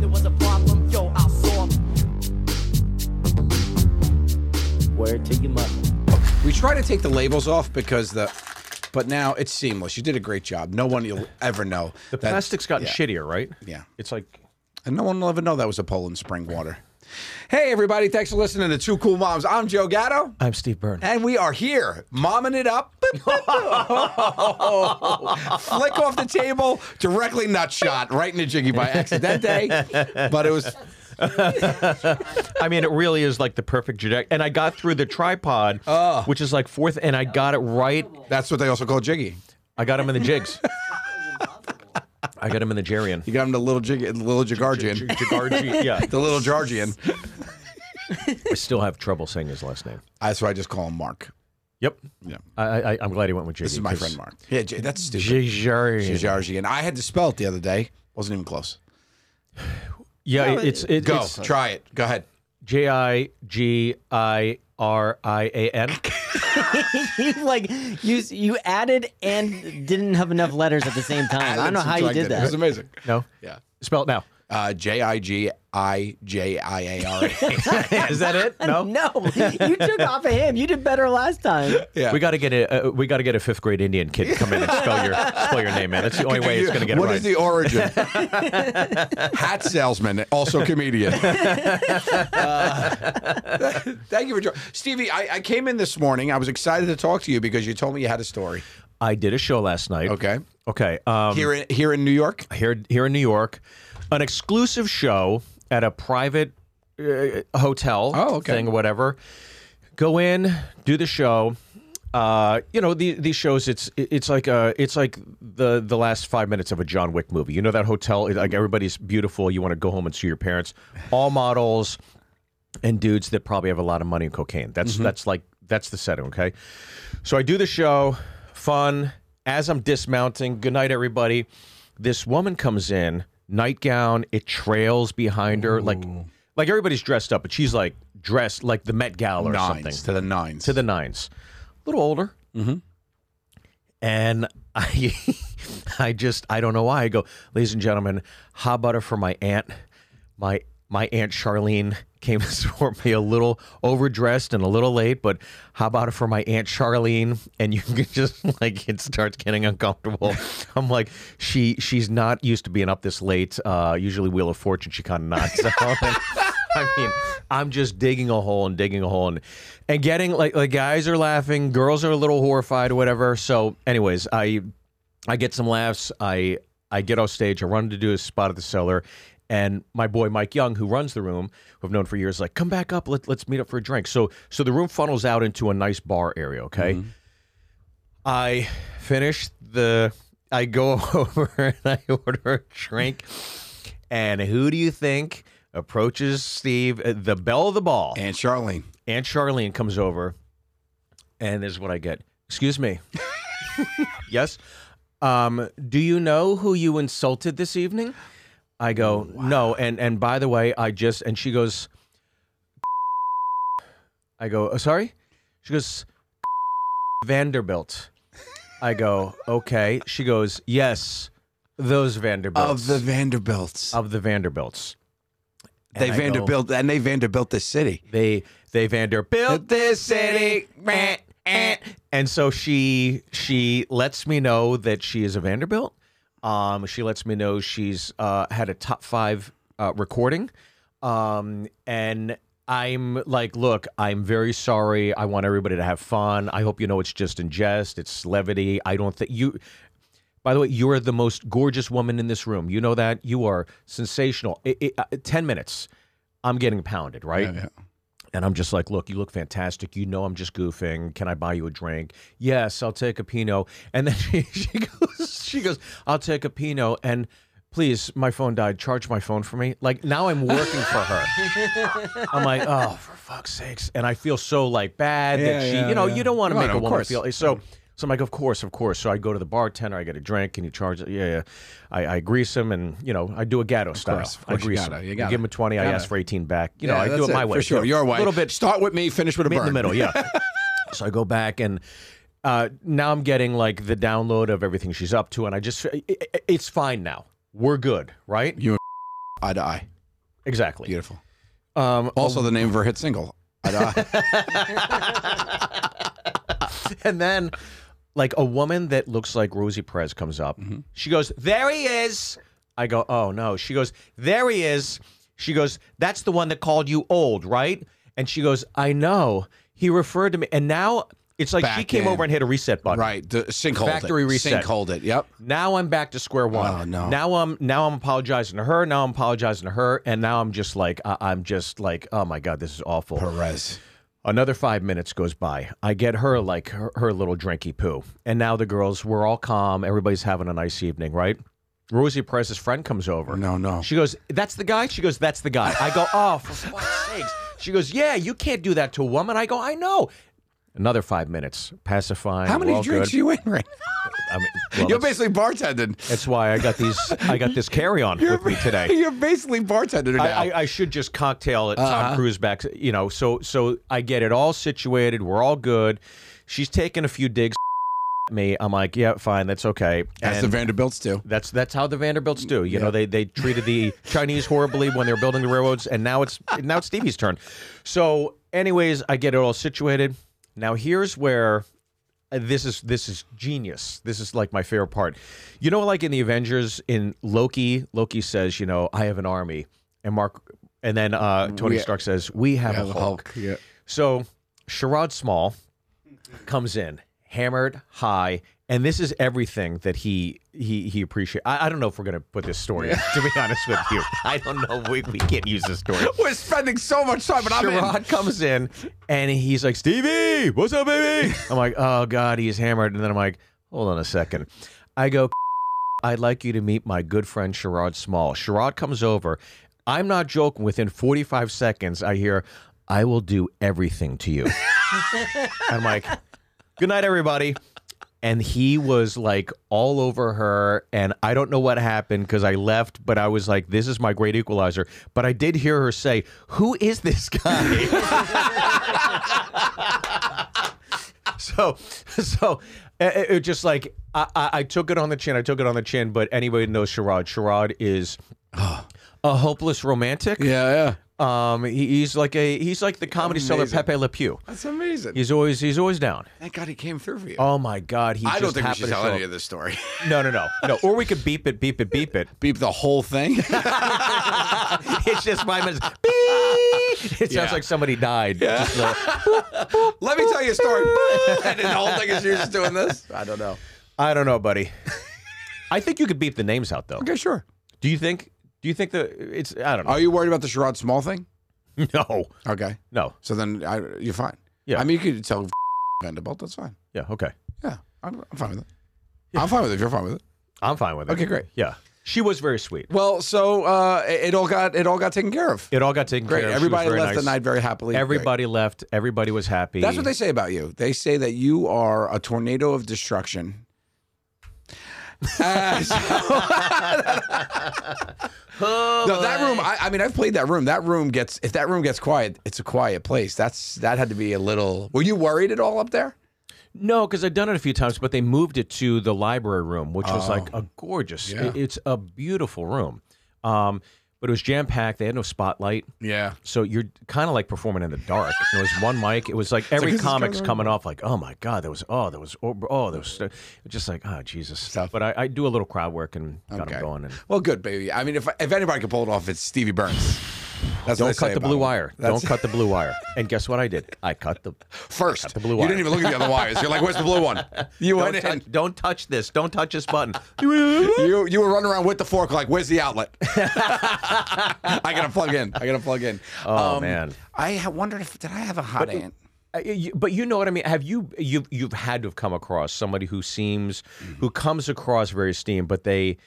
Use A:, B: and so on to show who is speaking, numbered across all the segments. A: there was a problem, yo, I'll solve it.
B: Word to your mother.
C: We try to take the labels off because the, but now it's seamless. You did a great job. No one will ever know.
D: The
C: that-
D: plastic's gotten
C: yeah.
D: shittier, right?
C: Yeah.
D: It's like
C: And no one will ever know that was a Poland spring water. Hey, everybody. Thanks for listening to Two Cool Moms. I'm Joe Gatto.
E: I'm Steve Byrne.
C: And we are here, momming it up. Boop, boop, boop. Flick off the table, directly nut shot right in the jiggy by accident day. But it was
D: I mean, it really is like the perfect trajectory. And I got through the tripod, which is like fourth, and I got it right.
C: that's what they also call jiggy.
D: I got him in the jigs. I got him in the Jarian.
C: You got him the little jiggy, the little Jagardian,
D: Jagarji. Yeah.
C: the little Jargian.
D: I still have trouble saying his last name.
C: That's why I just call him Mark.
D: Yep.
C: Yeah.
D: I, I, I'm glad he went with Jiggy.
C: This is my friend Mark. Yeah, J- that's stupid.
D: Jarian.
C: Jagardian. I had to spell it the other day. Wasn't even close.
D: Yeah, it- it's, it,
C: Go,
D: it's
C: try it. Go ahead.
D: J I G I R I A N.
B: you like you you added and didn't have enough letters at the same time. I don't know how you did
C: It was
B: that.
C: amazing.
D: No?
C: Yeah.
D: Spell it now.
C: Uh, J I G I J I A R A.
D: Is that it? No?
B: No, you took off of him. You did better last time.
C: Yeah.
D: We got to get a uh, we got to get a fifth grade Indian kid to come in and spell your spell your name, man. That's the only way it's going to get
C: What
D: it right.
C: is the origin? Hat salesman, also comedian. Uh, thank you for joining. Stevie, I, I came in this morning. I was excited to talk to you because you told me you had a story.
D: I did a show last night.
C: Okay.
D: Okay. Um,
C: Here in, here in New York?
D: here here in New York, an exclusive show at a private uh, hotel
C: Oh, okay.
D: thing or whatever. Go in, do the show. Uh, you know the, these shows. It's it's like uh it's like the the last five minutes of a John Wick movie. You know that hotel. it- Like everybody's beautiful. You want to go home and see your parents. All models and dudes that probably have a lot of money and cocaine. That's that's like that's the setting. Okay, so I do the show, fun. As I'm dismounting, good night everybody. This woman comes in, nightgown. It trails behind her, like like everybody's dressed up, but she's like dressed like the Met Gala or something
C: Nines. To the nines.
D: to the nines, a little older. Mm-hmm. And I, I just I don't know why I go, ladies and gentlemen, hot butter for my aunt, my my aunt Charlene came to support me a little overdressed and a little late, but how about it for my aunt Charlene? And you can just like it starts getting uncomfortable. I'm like, she she's not used to being up this late. Uh, usually Wheel of Fortune, she kind of knocks out. I mean, I'm just digging a hole and digging a hole and and getting like like guys are laughing, girls are a little horrified or whatever. So, anyways, I I get some laughs. I I get off stage. I run to do a spot at the cellar, and my boy Mike Young, who runs the room, who I've known for years, is like come back up. Let, let's meet up for a drink. So so the room funnels out into a nice bar area. Okay. I finish the. I go over and I order a drink. And who do you think approaches Steve? Uh, The bell of the ball.
C: and Charlene.
D: Aunt Charlene comes over, and this is what I get. Excuse me. yes. Um, do you know who you insulted this evening? I go, no. And and by the way, I just and she goes. I go, oh, sorry. She goes, Vanderbilt. I go, okay. She goes, yes, those Vanderbilts
C: Of the Vanderbilts.
D: of the Vanderbilts.
C: they
D: I go-
C: Vanderbilt, and they Vanderbilt this city.
D: They they Vanderbilt
C: this
D: this city. eh, eh. And so she she lets me know that she is a Vanderbilt. Um, she lets me know she's uh, had a top five uh, recording. Um, and I'm like, look, I'm very sorry. I want everybody to have fun. I hope you know it's just in jest. It's levity. I don't think you. By the way, you are the most gorgeous woman in this room. You know that you are sensational. It, it, uh, Ten minutes, I'm getting pounded, right? And I'm just like, look, you look fantastic. You know, I'm just goofing. Can I buy you a drink? Yes, I'll take a Pinot. And then she, she goes, she goes, I'll take a Pinot. And please, my phone died. Charge my phone for me. Like now, I'm working for her. I'm like, oh, for fuck's sakes. And I feel so like bad
C: Yeah,
D: that she,
C: yeah,
D: you know,
C: yeah.
D: you don't want to
C: No,
D: make
C: no,
D: a
C: of
D: woman
C: course.
D: feel. So, so I'm like, of course, of course. So I go to the bartender. I get a drink. Can you charge it? Yeah, yeah. I, I grease him, and you know, I do a ghetto style.
C: course, of course
D: I
C: you
D: grease
C: gotta,
D: him.
C: you
D: I
C: gotta.
D: give him a twenty. I
C: Gotta.
D: ask for eighteen back. You know,
C: Yeah,
D: I do
C: that's
D: it my way.
C: For
D: you
C: sure.
D: know,
C: Your way.
D: A little bit
C: Start with me, finish with a
D: Meet
C: burn.
D: in the middle, yeah. so I go back and uh, now I'm getting like the download of everything she's up to, and I just it, it- it's fine now. We're good, right?
C: Eye to eye.
D: Exactly. Um,
C: Beautiful.
D: Oh.
C: also, the name of her hit single. I'd- I-
D: And then, like a woman that looks like Rosie Perez comes up.
C: Mm-hmm.
D: She goes, "There he is." I go, "Oh no." She goes, "There he is." She goes, "That's the one that called you old, right?" And she goes, "I know." He referred to me, and now it's like she
C: Back
D: came
C: in.
D: over and hit a reset button.
C: right. The sinkhole.
D: Factory
C: it.
D: reset.
C: Sinkhole it. Yep.
D: Now I'm back to square one.
C: Oh, no.
D: Now I'm now I'm apologizing to her. Now I'm apologizing to her, and now I'm just like I- I'm just like oh my god, this is awful.
C: Perez.
D: Another five minutes goes by. I get her like her, her little drinky poo, and now the girls we're all calm. Everybody's having a nice evening, right? Rosie Perez's friend comes over.
C: No, no.
D: She goes, "That's the guy." She goes, "That's the guy." I go, "Oh, for fuck's sakes!" She goes, "Yeah, you can't do that to a woman." I go, "I know." Another five minutes, pacifying.
C: How
D: we're
C: many
D: all
C: drinks
D: good.
C: you in right
D: I mean,
C: now?
D: well,
C: You're
D: that's-
C: basically bartending.
D: that's why I got these. I got this carry on with me today.
C: You're basically bartending now.
D: I, I, I should just cocktail at
C: Uh-huh.
D: Tom Cruise back. You know, so so I get it all situated. We're all good. She's taking a few digs at me. I'm like, yeah, fine, that's okay.
C: As the
D: And
C: Vanderbilts do.
D: that's that's how the Vanderbilts do. You
C: Yeah.
D: know, they they treated the Chinese horribly when they were building the railroads, and now it's now it's Stevie's turn. So, anyways, I get it all situated. Now here's where uh, this is this is genius. This is like my favorite part. You know, like in the Avengers, in Loki, Loki says, you know, I have an army, and Mark, and then uh, Tony
C: We-
D: Stark says, we have a Hulk.
C: Yeah.
D: So Sherrod Small comes in, hammered high, and this is everything that he he he appreciates. I, I don't know if we're gonna put this story. in, To be honest with you, I don't know. We, we can't use this story.
C: We're spending so much time, but I'm in.
D: Sherrod comes in and he's like, Stevie, what's up, baby? I'm like, oh God, he's hammered. And then I'm like, hold on a second. I go, I'd like you to meet my good friend Sherrod Small. Sherrod comes over. I'm not joking. Within 45 seconds, I hear, I will do everything to you. I'm like, good night, everybody. And he was like all over her. And I don't know what happened because I left, but I was like, this is my great equalizer. But I did hear her say, who is this guy? so, so it, it- it just like, I, I, I took it on the chin. I took it on the chin. But anybody who knows Sherrod, Sherrod is a hopeless romantic.
C: Yeah, yeah.
D: Um, he, he's like a he's like the comedy seller
C: Amazing.
D: Pepe Le Pew.
C: That's amazing.
D: He's always he's always down.
C: Thank God he came through for you.
D: Oh my God, he
C: I don't
D: just
C: think we
D: happened
C: should
D: to
C: tell
D: show
C: any
D: up.
C: of this story.
D: No, no, no, no. Or we could beep it, beep it, beep it.
C: Beep the whole thing.
D: It's just five minutes. Beep. It sounds
C: Yeah.
D: like somebody died. Just the-
C: Let me tell you a story. and then the whole thing is you just doing this. I don't know.
D: I don't know, buddy. I think you could beep the names out though.
C: Okay, sure.
D: Do you think? Do you think the it's? I don't know.
C: Are you worried about the Sherrod Small thing?
D: no,
C: Okay.
D: no.
C: So then I, you're fine.
D: Yeah.
C: I mean, you could tell Vanderbilt. That's fine.
D: Yeah. Okay.
C: Yeah. I'm, I'm fine with it. I'm fine with it if you're fine with it.
D: I'm fine with it.
C: Okay, great.
D: Yeah. She was very sweet.
C: Well, so uh, it it all got it all got taken care of.
D: It all got taken
C: Great.
D: care of. She was
C: Everybody
D: very
C: left the
D: nice.
C: night very happily. Great.
D: Everybody left. Everybody was happy.
C: That's what they say about you. They say that you are a tornado of destruction. Uh, so- no, that room. I, I mean, I've played that room. That room gets if that room gets quiet, it's a quiet place. That's that had to be a little. Were you worried at all up there?
D: No, because I've done it a few times, but they moved it to the library room, which was like a gorgeous.
C: Oh. Yeah.
D: it- it's a beautiful room, um, but it was jam packed. They had no spotlight,
C: Yeah.
D: so you're kind of like performing in the dark. There was one mic. It was like every
C: this is
D: comic's
C: going on.
D: coming off. Like, oh my god, that was oh that was oh, oh that was just like oh Jesus.
C: Tough.
D: But I, I do a little crowd work and got 'em
C: Okay.
D: going. And
C: Well, good baby. I mean, if if anybody could pull it off, it's Stevie Burns. That's what
D: don't
C: they say
D: cut the
C: about
D: blue
C: him.
D: wire.
C: That's-
D: Don't cut the blue wire. And guess what I did? I cut the.
C: first.
D: the blue
C: You
D: wire.
C: didn't even look at the other wires. You're like, "Where's the blue one?" You
D: Don't
C: went in.
D: touch, don't touch this. Don't touch this button.
C: You you were running around with the fork, like, where's the outlet? I gotta plug in. I gotta plug in. Um,
D: Oh, man.
C: I ha- wondered if did I have a hot aunt?
D: Uh, you- but you know what I mean. Have you you you've had to have come across somebody who seems
C: Mm-hmm.
D: who comes across very esteemed, but they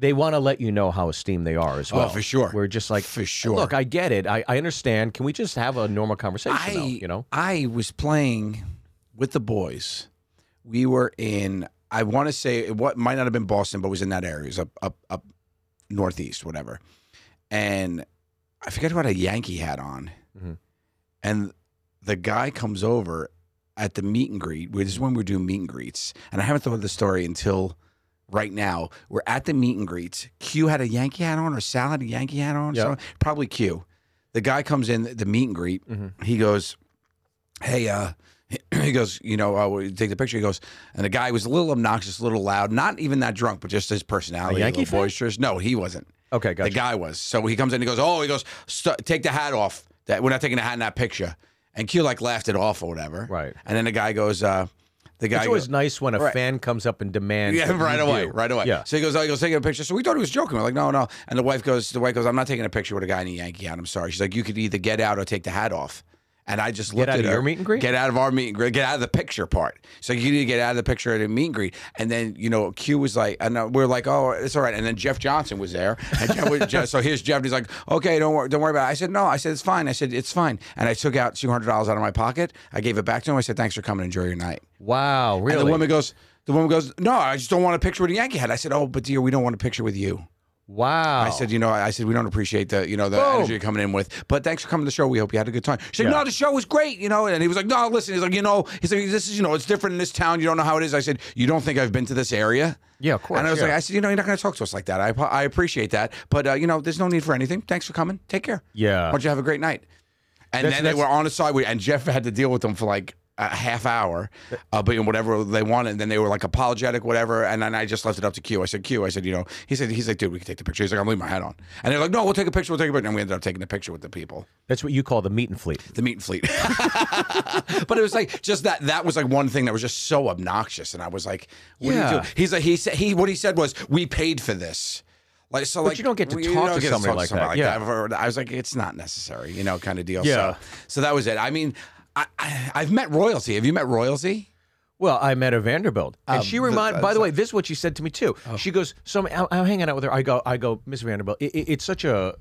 D: they want to let you know how esteemed they are as well.
C: Oh, for sure.
D: We're just like
C: For sure.
D: Look, I get it. I, I understand. Can we just have a normal conversation?
C: I
D: though, you know.
C: I was playing with the boys. We were in. I want to say what might not have been Boston, but it was in that area. It was up up up northeast, whatever. And I forget what a Yankee had on.
D: Mhm.
C: And the guy comes over at the meet and greet. This is when we were doing meet and greets, and I haven't thought of the story until right now. We're at the meet and greets. Q had a Yankee hat on or Sal had a Yankee hat on.
D: Yeah.
C: So probably Q. The guy comes in the meet and greet. He goes, "Hey, uh." He goes, you know, uh, we take the picture. He goes, and the guy was a little obnoxious, a little loud, not even that drunk, but just his personality,
D: A Yankee
C: little
D: fan?
C: boisterous. No, he wasn't.
D: Okay,
C: The
D: gotcha.
C: guy was. So he comes in, he goes, oh, he goes, "St- take the hat off. That we're not taking the hat in that picture. And Q like laughed it off or whatever.
D: Right.
C: And then the guy goes, uh, the guy
D: It's
C: goes,
D: always nice when a
C: Right.
D: fan comes up and demands.
C: yeah,
D: that you
C: right away,
D: do.
C: right away.
D: Yeah.
C: So he goes, oh, he goes, taking a picture. So we thought he was joking. We're like, no, no. And the wife goes, the wife goes, I'm not taking a picture with a guy in a Yankee hat. I'm sorry. She's like, you could either get out or take the hat off. And I just looked
D: out
C: at
D: of
C: her,
D: your meet and greet?
C: Get out of our meet and greet. Get out of the picture part. So you need to get out of the picture at a meet and greet. And then you know, Q was like, and uh, we're like, oh, it's all right. And then Jeff Johnson was there. And Jeff was just, so here's Jeff. And he's like, okay, don't worry, don't worry about. it. I said no. I said it's fine. I said it's fine. And I took out two hundred dollars out of my pocket. I gave it back to him. I said thanks for coming. Enjoy your night.
D: Wow, really?
C: And the woman goes, the woman goes, no, I just don't want a picture with a Yankee hat. I said, oh, but dear, we don't want a picture with you.
D: wow.
C: I said, you know, I said we don't appreciate the, you know, the energy you're coming in with. But thanks for coming to the show. We hope you had a good time. She said,
D: Yeah.
C: no, the show was great, you know. And he was like, no, listen, he's like, you know, he's like, this is, you know, it's different in this town. You don't know how it is. I said, you don't think I've been to this area?
D: Yeah, of course,
C: And I was
D: yeah.
C: like, I said, you know, you're not going to talk to us like that. I, apo- I appreciate that, but uh, you know, there's no need for anything. Thanks for coming. Take care.
D: Yeah.
C: Why don't you have a great night? And
D: That's-
C: then they
D: that's-
C: were on the side, with- and Jeff had to deal with them for like a half hour, uh, but whatever they wanted. And then they were like apologetic, whatever. And then I just left it up to Q. I said, Q, I said, you know, he said, he's like, dude, we can take the picture. He's like, I'm leaving my hat on. And they're like, no, we'll take a picture. We'll take a picture. And we ended up taking a picture with the people,
D: That's what you call the meet and fleet.
C: the meat and fleet. but it was like just that. That was like one thing that was just so obnoxious. And I was like, what do you
D: Yeah.
C: do? He's like, he said, he what he said was, we paid for this. Like so, like
D: you don't get to
C: we-
D: talk
C: don't
D: to
C: get
D: somebody like that. Yeah.
C: I've heard- I was like, it's not necessary, you know, kind of deal.
D: Yeah.
C: So, so that was it. I mean, I, I I've met royalty. Have you met royalty?
D: Well, I met a Vanderbilt, and she reminded. By the way, this is what she said to me too. She goes, "So I'm, I'm hanging out with her. I go, I go, Miss Vanderbilt. It, it- it's such a,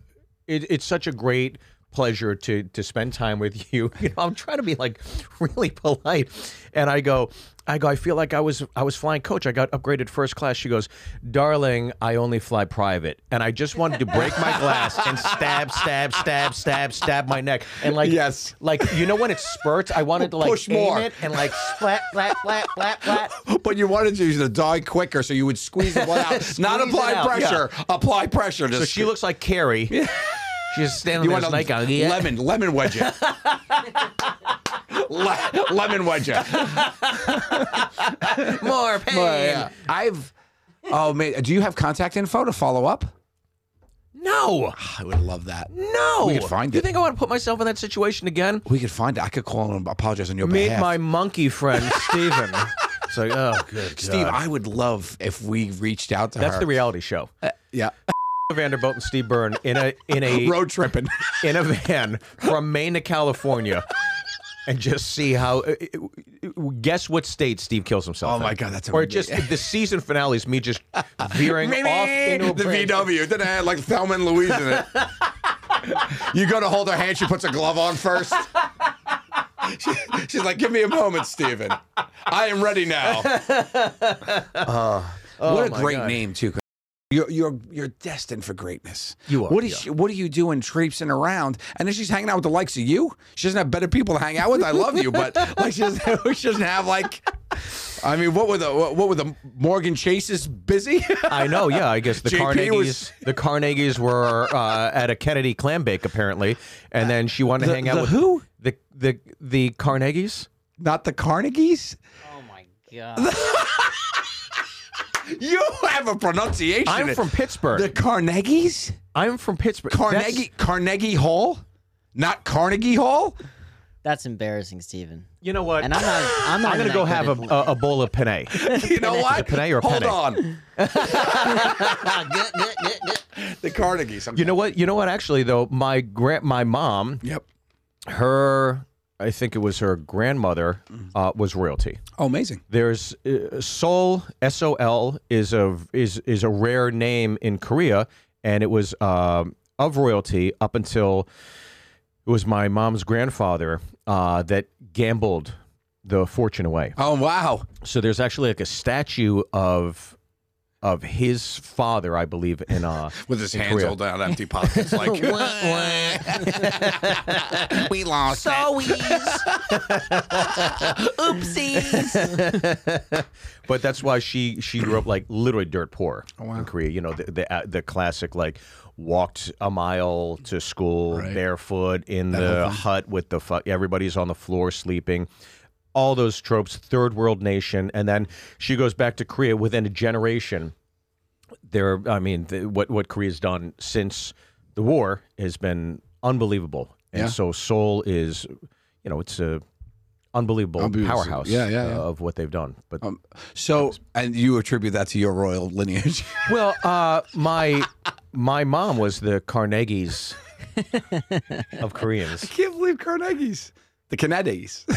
D: it, it's such a great pleasure to to spend time with you. You know, I'm trying to be like really polite, and I go, I go. I feel like I was I was flying coach. I got upgraded first class. She goes, darling, I only fly private, and I just wanted to break my glass and stab, stab, stab, stab, stab my neck, and like
C: Yes.
D: like you know when it spurts, I wanted to like
C: Push
D: aim
C: more.
D: it and like flat, flat, flat, flat, flat.
C: But you wanted to, to die quicker, so you would squeeze the blood out, not
D: Squeeze
C: apply
D: it out,
C: pressure. Apply pressure. Just
D: So she looks like Carrie. She's standing
C: You
D: there
C: want
D: with
C: a
D: a snake on.
C: lemon lemon wedge it. Le- lemon wedge it.
D: More pain.
C: I've. Oh man, do you have contact info to follow up?
D: No,
C: I would love that.
D: no.
C: We could find
D: You
C: it.
D: think I want to put myself in that situation again?
C: We could find it. I could call and apologize on your
D: Meet
C: behalf.
D: my monkey friend Steven. it's like, oh, good
C: Steve,
D: God.
C: I would love if we reached out to
D: That's
C: her.
D: the reality show.
C: yeah.
D: Vanderbilt and Steve Byrne in a in a
C: Road tripping.
D: in a van from Maine to California, and just see how. uh, Guess what state Steve kills himself?
C: Oh
D: in.
C: my God, that's
D: or
C: amazing.
D: just the season finale is me just veering off into a
C: the
D: branch.
C: VW. Then I had like Thelma and Louise in it. you go to hold her hand, she puts a glove on first. She- she's like, give me a moment, Steven. I am ready now. what a
D: Uh, oh my
C: great
D: God.
C: name, too. You're, you're you're destined for greatness.
D: You are,
C: What is
D: yeah.
C: she, what are you doing, traipsing around? And then she's hanging out with the likes of you. She doesn't have better people to hang out with. I love you, but like she doesn't, she doesn't have like. I mean, what were the what, what were the Morgan Chases busy?
D: I know, yeah. I guess the
C: JP
D: Carnegies,
C: was-
D: the Carnegies were uh, at a Kennedy clam bake apparently, and then she wanted to
C: The-
D: hang out
C: the
D: with
C: who?
D: The the the Carnegies.
C: Not the Carnegies.
B: Oh my god.
C: You have a pronunciation.
D: I'm from Pittsburgh.
C: the Carnegies.
D: I'm from Pittsburgh.
C: Carnegie
D: That's-
C: Carnegie Hall, not Carnegie Hall.
B: That's embarrassing, Steven.
D: You know what?
B: And I'm not. I'm not.
D: I'm gonna
B: that
D: go
B: good
D: have
B: at
D: a,
B: bowling.
D: a, a bowl of penne.
C: You know what?
D: Panay or
C: Hold
D: Panay?
C: on,
B: Good, good, good, good.
C: the Carnegies. Okay.
D: You know what? You know what? Actually, though, my grand, my mom,
C: Yep.
D: her, I think it was her grandmother, uh, was royalty.
C: Oh, amazing.
D: There's uh, Sol S O L is a is is a rare name in Korea, and it was um of royalty up until it was my mom's grandfather uh, that gambled the fortune away.
C: Oh wow.
D: So there's actually like a statue of of his father, I believe, in uh
C: With his
D: in
C: hands
D: Korea.
C: all down empty pockets, like we lost. So
D: But that's why she she grew up like literally dirt poor
C: Oh, wow.
D: in Korea. You know the the, uh, the classic like walked a mile to school
C: Right.
D: barefoot in the hut with the fu- everybody's on the floor sleeping. All those tropes, third world nation, and then she goes back to Korea within a generation. There, I mean, th what what Korea's done since the war has been unbelievable, and
C: Yeah.
D: so Seoul is, you know, it's a unbelievable,
C: Unbelievable.
D: powerhouse
C: Yeah, yeah, Oh.
D: uh,
C: yeah.
D: of what they've done. But
C: so, and you attribute that to your royal lineage?
D: Well, uh, my my mom was the Carnegie's of Koreans.
C: Can't believe Carnegie's, the Kennedys.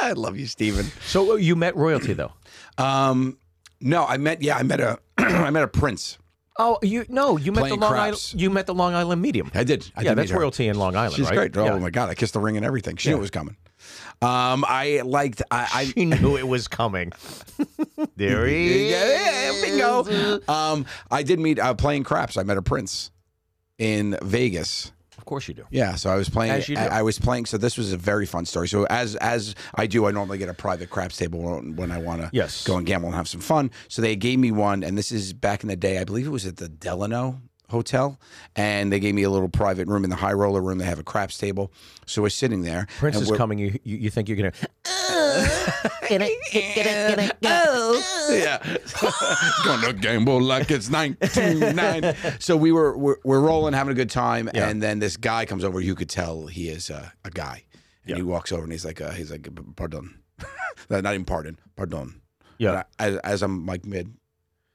C: I love you, Stephen.
D: So uh, you met royalty though.
C: Um, no, I met. Yeah, I met a. I met a prince.
D: Oh, you no, you met
C: Playing
D: the Long
C: craps.
D: Island. You met the Long Island medium.
C: I did. I
D: yeah,
C: did meet
D: that's
C: her.
D: royalty in Long Island.
C: She's
D: right?
C: great. Oh
D: Yeah.
C: my god, I kissed the ring and everything. She knew it was coming. Um, I liked. I, I
D: She knew it was coming. there he
C: yeah, yeah, bingo. Um, I did meet uh, playing craps. I met a prince in Vegas.
D: Of course you do.
C: Yeah, so I was playing.
D: As you do.
C: I, I was playing. So this was a very fun story. So as as I do, I normally get a private craps table when, when I want to
D: Yes.
C: go and gamble and have some fun. So they gave me one, and this is back in the day. I believe it was at the Delano Hotel, and they gave me a little private room in the high roller room. They have a craps table. So we're sitting there.
D: Prince
C: and
D: is
C: we're-
D: coming. You, you you think you're gonna? Oh.
C: yeah. Gonna gamble like it's 1999. So we were we're, we're rolling, having a good time,
D: Yeah.
C: and then this guy comes over. You could tell he is uh, a guy, and he walks over and he's like, uh, he's like, pardon, not even pardon, pardon.
D: Yeah.
C: And I- as, as I'm like mid,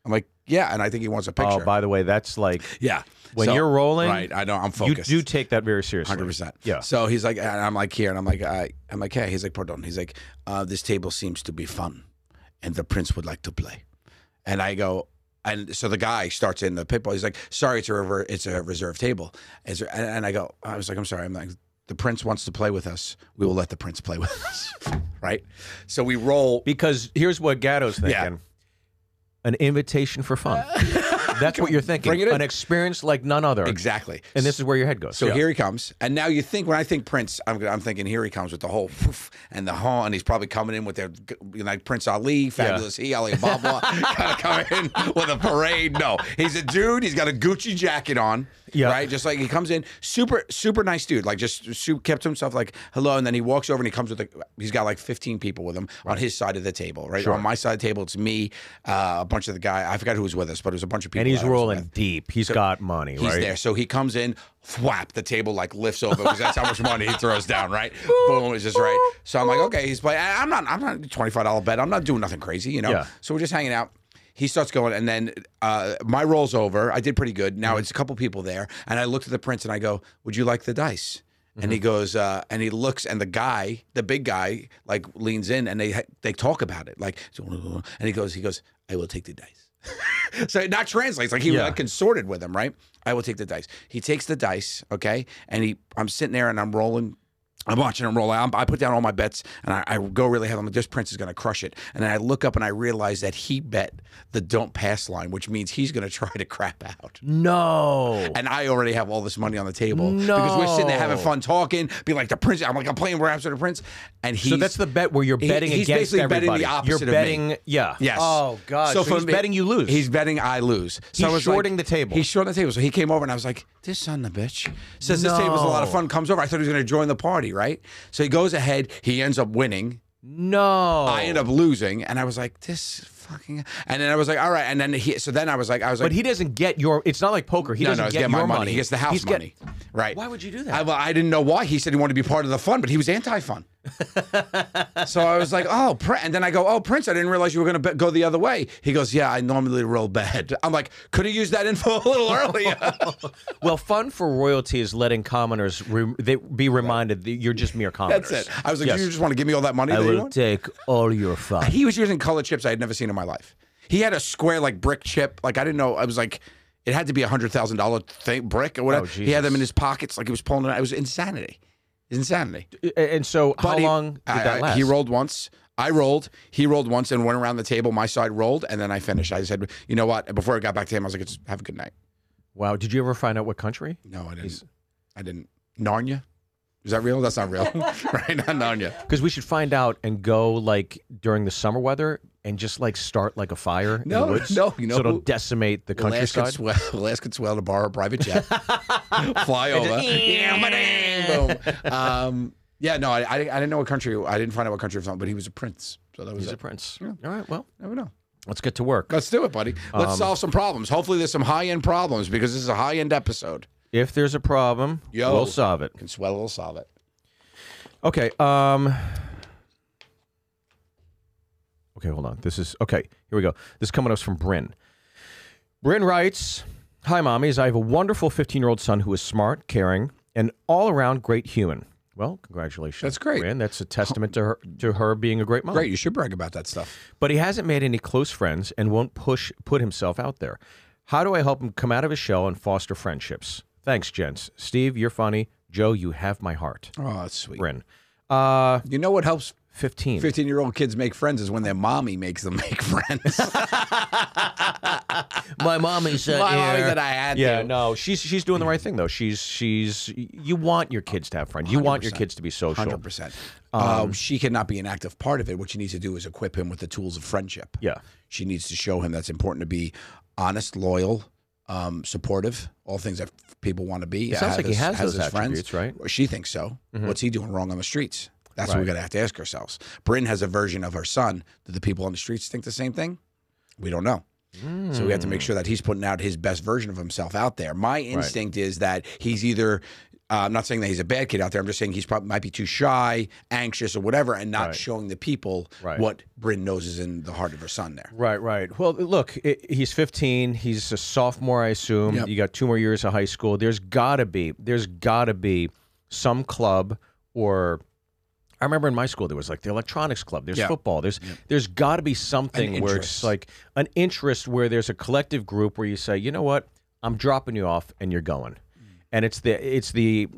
C: I'm like, yeah, and I think he wants a
D: Oh,
C: picture.
D: by the way, that's like
C: yeah.
D: when
C: So-
D: you're rolling.
C: right? I know I'm
D: You
C: focused.
D: do take that very seriously.
C: Hundred percent.
D: Yeah.
C: So he's like, and I'm like here, and I'm like, I, I'm like, hey, he's like, pardon. He's like, uh, this table seems to be fun, and the prince would like to play, and I go. And so the guy starts in the pitbull. He's like, "Sorry, it's a rever- it's a reserve table." Is there- and, and I go, "I was like, I'm sorry. I'm like, the prince wants to play with us. We will let the prince play with us, right?" So we roll.
D: Because here's what Gatto's thinking.
C: Yeah.
D: An invitation for fun. That's what you're thinking.
C: bring it in.
D: An experience like none other.
C: Exactly.
D: And this is where your head goes.
C: So
D: Yeah.
C: here he comes, and now you think when I think Prince, I'm, I'm thinking here he comes with the whole poof and the haw, and he's probably coming in with their you know, like Prince Ali, fabulous he, Ali Baba, kind of coming in with a parade. No, he's a dude. He's got a Gucci jacket on,
D: Yeah.
C: right? Just like he comes in, super super nice dude. Like just su- kept himself like hello, and then he walks over and he comes with a, he's got like 15 people with him on his side of the table, right? On my side of the table, it's me, uh, a bunch of the guy. I forgot who was with us, but it was a bunch of people.
D: and
C: that
D: he's
C: I was
D: rolling
C: with.
D: deep. He's got money,
C: He's
D: right?
C: there. So he comes in, whap, the table like lifts over because that's how much money he throws down, right? Boom, it's just right. So I'm like, okay, he's playing. I'm not, I'm not $25 bet. I'm not doing nothing crazy, you know?
D: Yeah.
C: So we're just hanging out. He starts going, and then uh, my roll's over. I did pretty good. Now
D: Mm-hmm.
C: it's a couple people there. And I looked at the prince and I go, would you like the dice? And
D: Mm-hmm.
C: he goes, uh, and he looks, and the guy, the big guy, like leans in, and they they talk about it, like, and he goes, he goes, I will take the dice. So it not translates. Like he
D: Yeah.
C: like, consorted with him, right? I will take the dice. He takes the dice, okay, and he. I'm sitting there and I'm rolling. I'm watching him roll. i I put down all my bets and I, I go really heavy. I'm like, this prince is going to crush it. And then I look up and I realize that he bet the don't pass line, which means he's going to try to crap out.
D: No.
C: And I already have all this money on the table because we're sitting there having
D: No.
C: fun talking, be like the prince. I'm like, I'm playing raps with the prince, and he's
D: so that's the bet where you're
C: he-
D: betting
C: he's
D: against
C: basically
D: everybody.
C: betting the opposite
D: you're
C: of me.
D: betting, yeah.
C: Yes.
D: Oh God. So,
C: for
D: he's
C: me-
D: betting you lose.
C: He's betting I lose. So
D: He's
C: I was like-
D: shorting the table.
C: He's shorting the table. So he came over and I was like, "This son of a bitch says this table's a lot of
D: No.
C: fun." Comes over. I thought he was going to join the party, right? So he goes ahead. He ends up winning.
D: no.
C: I end up losing, and I was like, "This fucking." And then I was like, "All right." And then he. So then I was like, "I was like."
D: but he doesn't get your. It's not like poker. He
C: no,
D: doesn't
C: no, he's
D: get
C: getting
D: your
C: my money. He gets the house
D: He's get-
C: money, right?
D: Why would you do that?
C: I, well, I didn't know why. He said he wanted to be part of the fun, but he was anti-fun. so I was like, "Oh, Prince," and then I go, "Oh, Prince, I didn't realize you were going to be- go the other way." He goes, "Yeah, I normally roll bad." I'm like, "Could have used that info a little earlier."
D: well, fun for royalty is letting commoners re- they be reminded that you're just mere commoners.
C: That's it. I was like,
D: Yes.
C: "You just want to give me all that money?"
D: I
C: that you
D: will
C: want?"
D: take all your fun.
C: he was using color chips I had never seen in my life. He had a square like brick chip. Like I didn't know. I was like, it had to be a hundred thousand dollar thing brick or
D: Oh,
C: whatever. he had them in his pockets like he was pulling it. out. It was insanity. Insanity.
D: And so, how
C: he-
D: long did
C: I-
D: that
C: I-
D: last?
C: He rolled once. I rolled. He rolled once and went around the table. My side rolled, and then I finished. I said, "You know what?" Before I got back to him, I was like, "Just "Have a good night."
D: Wow. Did you ever find out what country?
C: No, I didn't. I didn't. Narnia. Is that real? That's not real, right? Not Narnia.
D: Because we should find out and go like during the summer weather and just like start like a fire
C: No,
D: in the woods.
C: no, you know
D: so it'll
C: who-
D: decimate the
C: Alaska
D: countryside.
C: could swell, Alaska could swell to borrow a private jet, fly over. Yeah, ba-dang, boom. Um, yeah, no, I, I, I didn't know what country. I didn't find out what country it was on, but he was a prince, so that was
D: He's a
C: it.
D: prince. All right. Well,
C: Never know.
D: let's get to work.
C: Let's do it, buddy. Let's
D: Um,
C: solve some problems. Hopefully, there's some high end problems because this is a high end episode.
D: If there's a problem,
C: Yo.
D: we'll solve it.
C: Consuelo will solve it.
D: Okay. Um. Okay, hold on. This is okay. Here we go. This is coming to us from Bryn. Bryn writes, "Hi, mommies. I have a wonderful 15-year-old son who is smart, caring, and all-around great human. Well, congratulations.
C: That's great.
D: Bryn. That's a testament to her to her being a great mom.
C: Great, you should brag about that stuff.
D: But he hasn't made any close friends and won't push put himself out there. How do I help him come out of his shell and foster friendships? Thanks, gents. Steve, you're funny. Joe, you have my heart.
C: Oh, that's sweet.
D: Bryn. Uh,
C: You know what helps
D: 15.
C: 15 year old kids make friends is when their mommy makes them make friends.
D: My mommy said,
C: My mommy said I had
D: yeah,
C: to.
D: no, she's she's doing the right thing though. She's she's you want your kids to have friends. You want your kids to be social.
C: 100%. Uh, she cannot be an active part of it. What she needs to do is equip him with the tools of friendship.
D: Yeah.
C: She needs to show him that's important to be honest, loyal, um, supportive, all things that people want to be.
D: It sounds
C: Have
D: like he
C: his-
D: has those
C: his
D: attributes, right? Mm-hmm.
C: Well, She thinks so. What's he doing wrong on the streets? That's what we're
D: Right.
C: going to have to ask ourselves. Bryn has a version of her son. Do the people on the streets think the same thing? We don't know. So we have to
D: Hmm.
C: make sure that he's putting out his best version of himself out there. My instinct is that he's either. Uh, I'm not saying that he's a bad kid out there. I'm just saying he's probably might be too shy, anxious, or whatever, and not showing the people
D: Right.
C: what Bryn knows is in the heart of her son. There,
D: Right, right. Well, look, i he's 15. He's a sophomore, I assume.
C: Yep.
D: You got two more years of high school. There's gotta be there's gotta be some club or I remember in my school there was like the electronics club. There's
C: Yeah.
D: football. There's there's got to be something where it's
C: interest.
D: like an interest where there's a collective group where you say, you know what, I'm dropping you off and you're going,
C: Mm.
D: and it's the it's the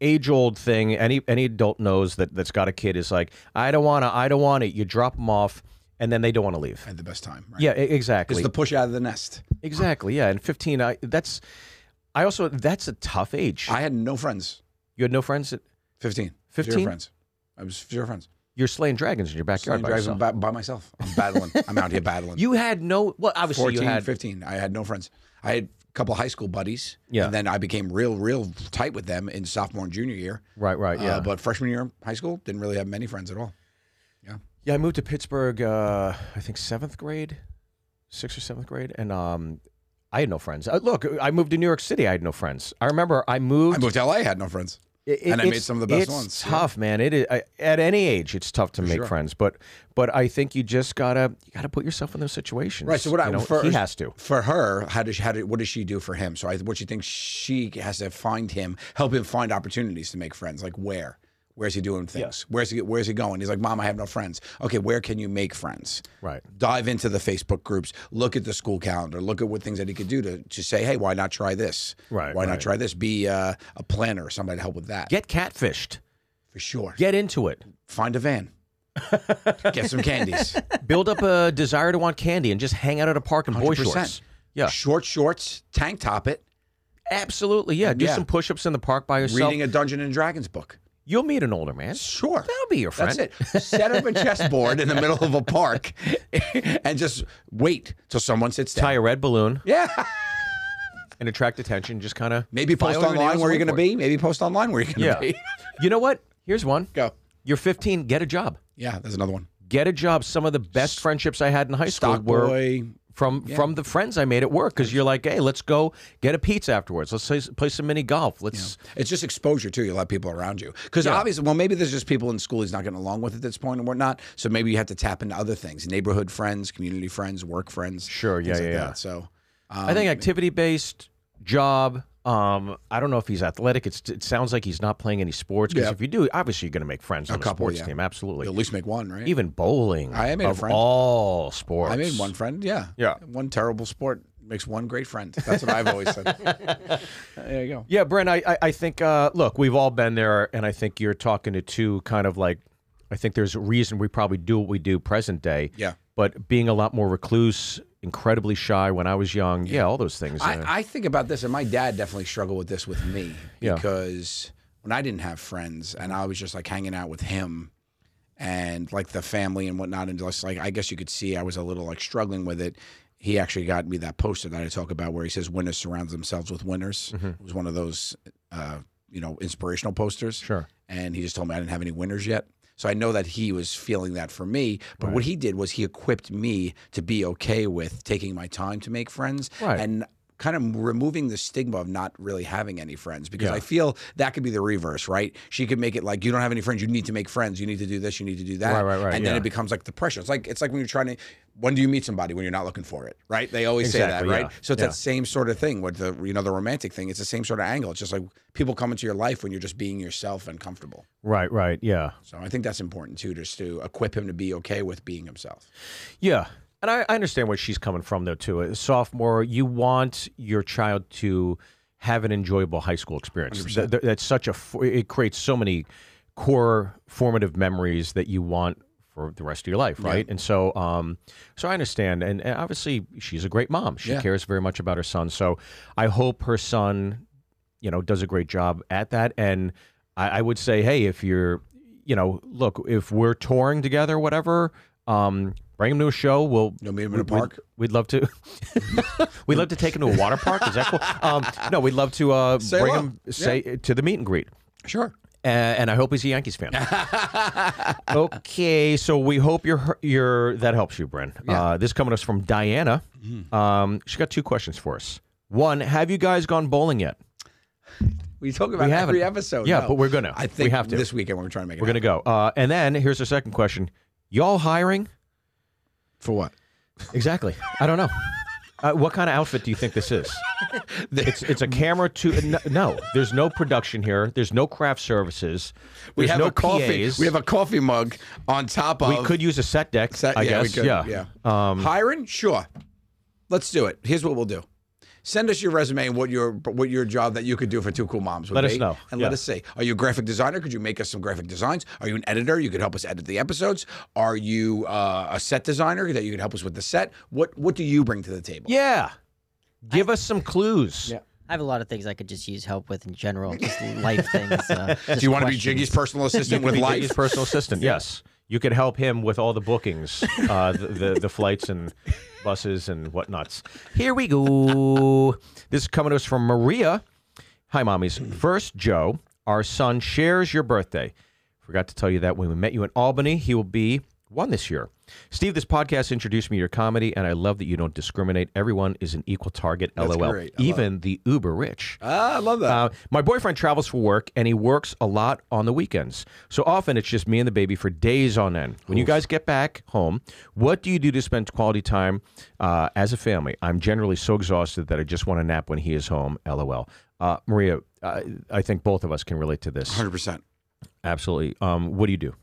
D: age old thing. Any any adult knows that that's got a kid is like, I don't wanna, I don't want it. You drop them off, and then they don't want to leave.
C: at the best time. Right?
D: Yeah, e- exactly.
C: it's the push out of the nest.
D: exactly. Yeah, and 15. I that's I also that's a tough age.
C: I had no friends.
D: you had no friends. That,
C: 15.
D: 15?
C: Zero friends. I was zero friends.
D: you're slaying dragons in your backyard.
C: Slaying
D: by
C: dragons
D: yourself.
C: by, by myself. I'm battling. I'm out here battling.
D: You had no. Well, obviously
C: 14,
D: you had.
C: 15. I had no friends. I had a couple high school buddies.
D: Yeah.
C: And then I became real, real tight with them in sophomore and junior year.
D: Right, right,
C: Uh,
D: yeah.
C: but freshman year of high school, didn't really have many friends at all.
D: yeah, I moved to Pittsburgh. Uh, I think seventh grade, sixth or seventh grade, and um, I had no friends. Uh, look, I moved to New York City. I had no friends. I remember I moved.
C: I moved to LA, had no friends.
D: It-
C: And I made
D: it's-
C: some of the best
D: it's
C: ones, yeah.
D: Tough, man. It is I, at any age, it's tough to make
C: sure.
D: friends. But but I think you just gotta you gotta put yourself in those situations.
C: Right. So what
D: you
C: I
D: know?
C: for,
D: he has to.
C: for her, how does how did what does she do for him? So I what she thinks she has to find him, help him find opportunities to make friends. Like where? Where's he doing things? Where's he where's he going? He's like, Mom, I have no friends. Okay, where can you make friends?
D: Right.
C: Dive into the Facebook groups, look at the school calendar, look at what things that he could do to, to say, hey, why not try this?
D: Right,
C: Why
D: right.
C: not try this? Be uh, a planner or somebody to help with that.
D: Get catfished.
C: For sure.
D: Get into it.
C: Find a van. Get some candies.
D: Build up a desire to want candy and just hang out at a park in boy
C: 100%.
D: shorts. Yeah,
C: Short shorts, tank top it,
D: absolutely. Yeah, do
C: Yeah.
D: some push-ups in the park by yourself.
C: reading a Dungeon and Dragons book.
D: You'll meet an older man.
C: Sure.
D: That'll be your friend.
C: That's it. Set up a chessboard in the middle of a park and just wait till someone sits down.
D: Tie a red balloon
C: Yeah.
D: and attract attention. Just kind of
C: Maybe post online where you're going to be. Maybe post online where you're going
D: Yeah.
C: to be.
D: you know what? Here's one.
C: Go.
D: You're 15. Get a job.
C: Yeah, there's another one.
D: Get a job. Some of the best friendships I had in high school
C: Stock
D: were
C: boy.
D: from from the friends I made at work because you're like, hey, let's go get a pizza afterwards. Let's play, play some mini golf. Let's
C: It's just exposure too. You'll have people around you because obviously, well, maybe there's just people in school he's not getting along with at this point and whatnot. So maybe you have to tap into other things: neighborhood friends, community friends, work friends.
D: Sure, yeah,
C: things like
D: yeah, yeah.
C: That. So
D: I
C: Um,
D: think activity based job. Um, I don't know if he's athletic. It's, it sounds like he's not playing any sports because
C: Yeah.
D: if you do, obviously you're going to make friends on a
C: couple,
D: sports
C: yeah.
D: team. Absolutely,
C: you'll at least make one, right?
D: even bowling.
C: I made a
D: of
C: friend.
D: all sports.
C: I made one friend. Yeah,
D: Yeah.
C: One terrible sport makes one great friend. That's what I've always said. Uh, there you go.
D: Yeah, Brent, I I, I think uh, look, we've all been there, and I think you're talking to two kind of like I think there's a reason we probably do what we do present day.
C: Yeah.
D: But being a lot more recluse, incredibly shy when I was young, yeah, all those things. uh,
C: I, I think about this, and my dad definitely struggled with this with me
D: Yeah.
C: because when I didn't have friends and I was just like hanging out with him and like the family and whatnot, and just like I guess you could see I was a little like struggling with it. He actually got me that poster that I talk about where he says winners surround themselves with winners.
D: Mm-hmm.
C: It was one of those, uh, you know, inspirational posters
D: sure.
C: and he just told me I didn't have any winners yet. So I know that he was feeling that for me. But what he did was he equipped me to be okay with taking my time to make friends
D: Right.
C: and kind of removing the stigma of not really having any friends because
D: Yeah.
C: I feel that could be the reverse, right? She could make it like you don't have any friends, you need to make friends, you need to do this, you need to do that.
D: Right, right, right,
C: And then
D: yeah.
C: it becomes like the pressure. It's like it's like when you're trying to when do you meet somebody when you're not looking for it, right? They always say
D: Exactly,
C: that, right?
D: yeah,
C: So it's
D: yeah.
C: that same sort of thing with the you know the romantic thing. It's the same sort of angle. It's just like people come into your life when you're just being yourself and comfortable.
D: Right, right. Yeah.
C: So I think that's important too, just to equip him to be okay with being himself.
D: Yeah. And I, I understand where she's coming from, though, too. As a sophomore, you want your child to have an enjoyable high school experience. Th- th- that's such a, f- it creates so many core formative memories that you want for the rest of your life, right? And so, um, so I understand. And, and obviously, she's a great mom. She
C: Yeah.
D: cares very much about her son. So I hope her son you know does a great job at that and I, I would say hey if you're you know look if we're touring together or whatever um bring him to a show we'll
C: You know, meet him in a
D: we- we'd-
C: park?
D: we'd, love to we'd love to take him to a water park is that cool um no we'd love to uh
C: Say
D: bring
C: hello.
D: him say to the meet and greet
C: Sure.
D: uh, and I hope he's a Yankees fan. okay, so we hope your your that helps you, Bren. Uh, this coming to us from Diana.
C: Mm-hmm.
D: Um, she got two questions for us. One, have you guys gone bowling yet?
C: We talk about
D: We haven't.
C: every episode.
D: Yeah,
C: no.
D: but we're gonna.
C: I think
D: we have to.
C: this weekend we're trying to make it.
D: we're gonna go. Uh, and then here's the second question: Y'all hiring?
C: for what?
D: Exactly. I don't know. Uh, what kind of outfit do you think this is? It's it's a camera to no, no. There's no production here. There's no craft services.
C: We
D: There's
C: have
D: no
C: a coffee.
D: PAs.
C: We have a coffee mug on top of.
D: we could use a set deck.
C: Set-
D: I
C: yeah, we
D: guess.
C: could,
D: yeah. Um,
C: yeah.
D: Hmm.
C: Hiring, sure. Let's do it. Here's what we'll do. Send us your resume and what your what your job that you could do for two cool moms would
D: Let
C: be,
D: us know.
C: and
D: Yeah.
C: let us see. Are you a graphic designer? Could you make us some graphic designs? Are you an editor? You could help us edit the episodes. Are you uh, a set designer that you could help us with the set? What what do you bring to the table?
D: Yeah. Give us some clues.
C: Yeah.
B: I have a lot of things I could just use help with in general, just life things. Uh,
C: Do you want to be Jiggy's personal assistant with
D: Be
C: life?
D: Jiggy's personal assistant. Yes. You could help him with all the bookings, uh, the, the the flights and buses and whatnots. Here we go. This is coming to us from Maria. Hi, mommies. First, Joe, our son shares your birthday. Forgot to tell you that when we met you in Albany, he will be one this year. Steve, this podcast introduced me to your comedy, and I love that you don't discriminate. Everyone is an equal target. LOL.
C: great. I love
D: Even the uber rich.
C: Ah, I love that.
D: Uh, my boyfriend travels for work and he works a lot on the weekends. So often it's just me and the baby for days on end. When you guys get back home, what do you do to spend quality time uh, as a family? I'm generally so exhausted that I just want to nap when he is home. LOL. Uh, Maria, uh, I think both of us can relate to this.
C: Hundred percent.
D: Absolutely. Um, what do you do?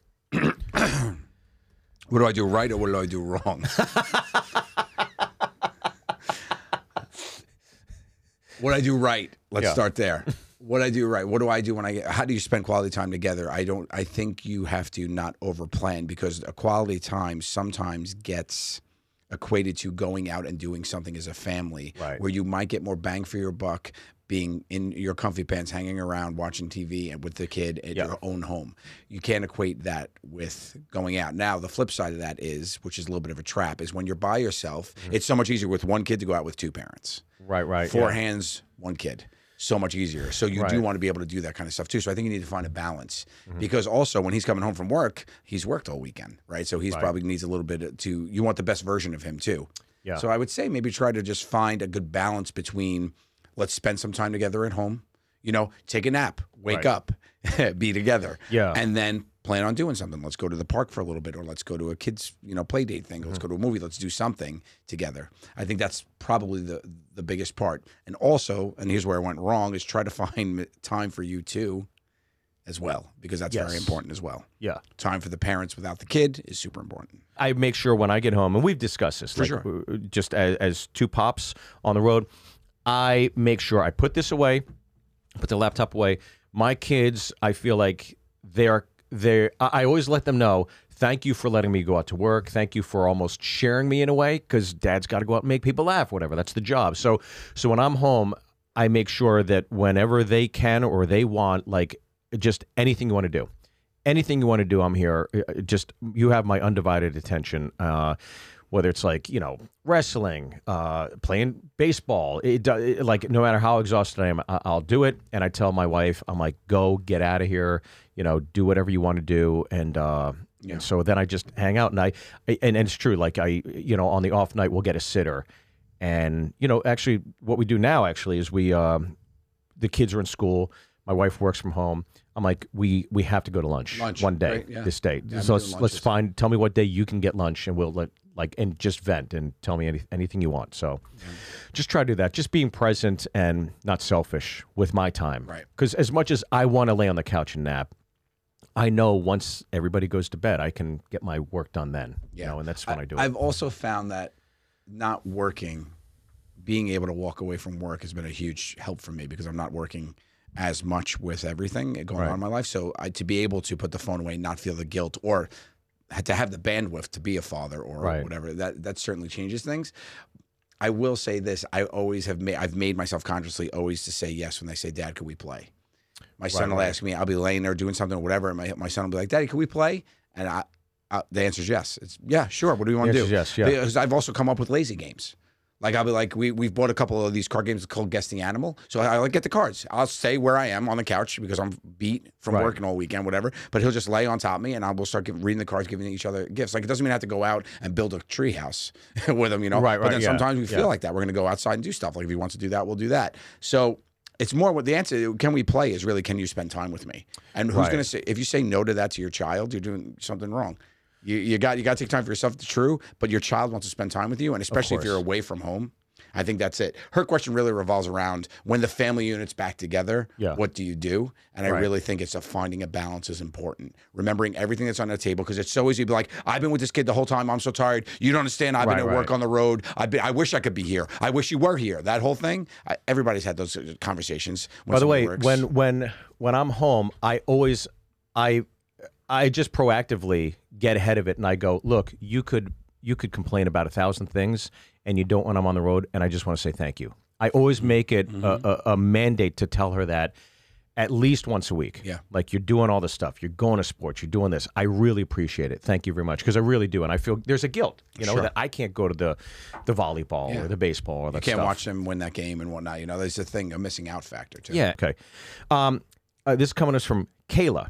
C: What do I do right or what do I do wrong? what I do right. Let's
D: Yeah.
C: start there. What I do right. What do I do when I get? How do you spend quality time together? I don't. I think you have to not overplan because a quality time sometimes gets equated to going out and doing something as a family,
D: Right.
C: where you might get more bang for your buck being in your comfy pants, hanging around, watching TV, and with the kid at
D: Yeah.
C: your own home. You can't equate that with going out. Now, the flip side of that is, which is a little bit of a trap, is when you're by yourself,
D: Mm-hmm.
C: it's so much easier with one kid to go out with two parents
D: Right, right.
C: four hands, one kid. So much easier. So you do
D: Right. Mm-hmm.
C: want to be able to do that kind of stuff too. So I think you need to find a balance because also when he's coming home from work, he's worked all weekend, right? So he's probably needs a little bit to. You want the best version of him too.
D: Yeah.
C: So I would say maybe try to just find a good balance between let's spend some time together at home. You know, take a nap, wake
D: Right.
C: up, be together.
D: Yeah.
C: And then plan on doing something. Let's go to the park for a little bit, or let's go to a kids, you know, play date thing.
D: Mm-hmm.
C: Let's go to a movie. Let's do something together. I think that's probably the the biggest part. And also, and here's where I went wrong, is try to find m- time for you too, as well, because that's very
D: Yes.
C: important as well.
D: Yeah.
C: Time for the parents without the kid is super important.
D: I make sure when I get home, and we've discussed this, like,
C: sure.
D: w- just as, as two pops on the road, I make sure I put this away, put the laptop away. My kids, I feel like they're they I I always let them know, thank you for letting me go out to work. Thank you for almost sharing me in a way because dad's got to go out and make people laugh, whatever. That's the job. So, so when I'm home, I make sure that whenever they can or they want, like just anything you want to do, anything you want to do, I'm here. Uh, Just you have my undivided attention. Uh, whether it's like you know wrestling, uh, playing baseball, it, do- it, like no matter how exhausted I am, I, I'll do it. And I tell my wife, I'm like, go get out of here, you know, do whatever you want to do, and. Uh, and so then I just hang out and I, I- and, and it's true like I you know on the off night we'll get a sitter, and you know actually what we do now actually is we um, the kids are in school. My wife works from home. I'm like, we we have to go to lunch,
C: Lunch,
D: one day,
C: right, yeah.
D: this day.
C: Yeah, I'm
D: so
C: doing
D: let's
C: lunch
D: let's
C: this
D: find. Tell me what day you can get lunch, and we'll let like and just vent and tell me any, anything you want. So,
C: Mm-hmm.
D: just try to do that. Just being present and not selfish with my time,
C: Right.
D: Because as much as I want to lay on the couch and nap, I know once everybody goes to bed, I can get my work done then. You know, and that's when I, do it.
C: I've also found that not working, being able to walk away from work has been a huge help for me because I'm not working as much with everything going on in my life. So I, to be able to put the phone away, and not feel the guilt, or ha- to have the bandwidth to be a father or
D: Right.
C: whatever, that that certainly changes things. I will say this: I always have made I've made myself consciously always to say yes when they say, "Dad, can we play?" My son will ask me. I'll be laying there doing something or whatever, and my, my son will be like, "Daddy, can we play?" And I, I Uh, the answer is yes. It's yeah, sure. What do we want
D: The
C: to do?
D: answer is yes, yeah.
C: Because I've also come up with lazy games. Like I'll be like, we we've bought a couple of these card games called Guess the Animal. So I, I like get the cards. I'll stay where I am on the couch because I'm beat from
D: Right.
C: working all weekend, whatever. But he'll just lay on top of me, and I will start give, reading the cards, giving each other gifts. Like it doesn't mean I have to go out and build a tree house with him, you know.
D: Right,
C: But
D: right,
C: then
D: yeah,
C: sometimes we feel
D: yeah.
C: like that. We're going to go outside and do stuff. Like if he wants to do that, we'll do that. So it's more what the answer can we play is really can you spend time with me? And who's
D: Right.
C: going to say if you say no to that to your child, you're doing something wrong. You, you got you got to take time for yourself. It's true, but your child wants to spend time with you, and especially if you're away from home. I think that's it. Her question really revolves around when the family unit's back together.
D: Yeah.
C: What do you do? And I really think it's a finding a balance is important. Remembering everything that's on the table because it's so easy to be like, I've been with this kid the whole time. I'm so tired. You don't understand. I've
D: Right,
C: been at work
D: right.
C: on the road. I've been, I wish I could be here. I wish you were here. That whole thing. I, everybody's had those uh, conversations. when
D: By the
C: somebody
D: way,
C: works.
D: when when when I'm home, I always I I just proactively get ahead of it and I go, look, you could you could complain about a thousand things and you don't when I'm on the road, and I just want to say thank you. I always make it
C: Mm-hmm.
D: a, a, a mandate to tell her that at least once a week.
C: Yeah.
D: Like you're doing all this stuff. You're going to sports. You're doing this. I really appreciate it. Thank you very much. Because I really do. And I feel there's a guilt, you know, that I can't go to the the volleyball or the baseball or that
C: can't
D: stuff.
C: watch them win that game and whatnot. You know, there's a thing, a missing out factor too.
D: Yeah. Okay. Um, uh, this is coming to us from Kayla.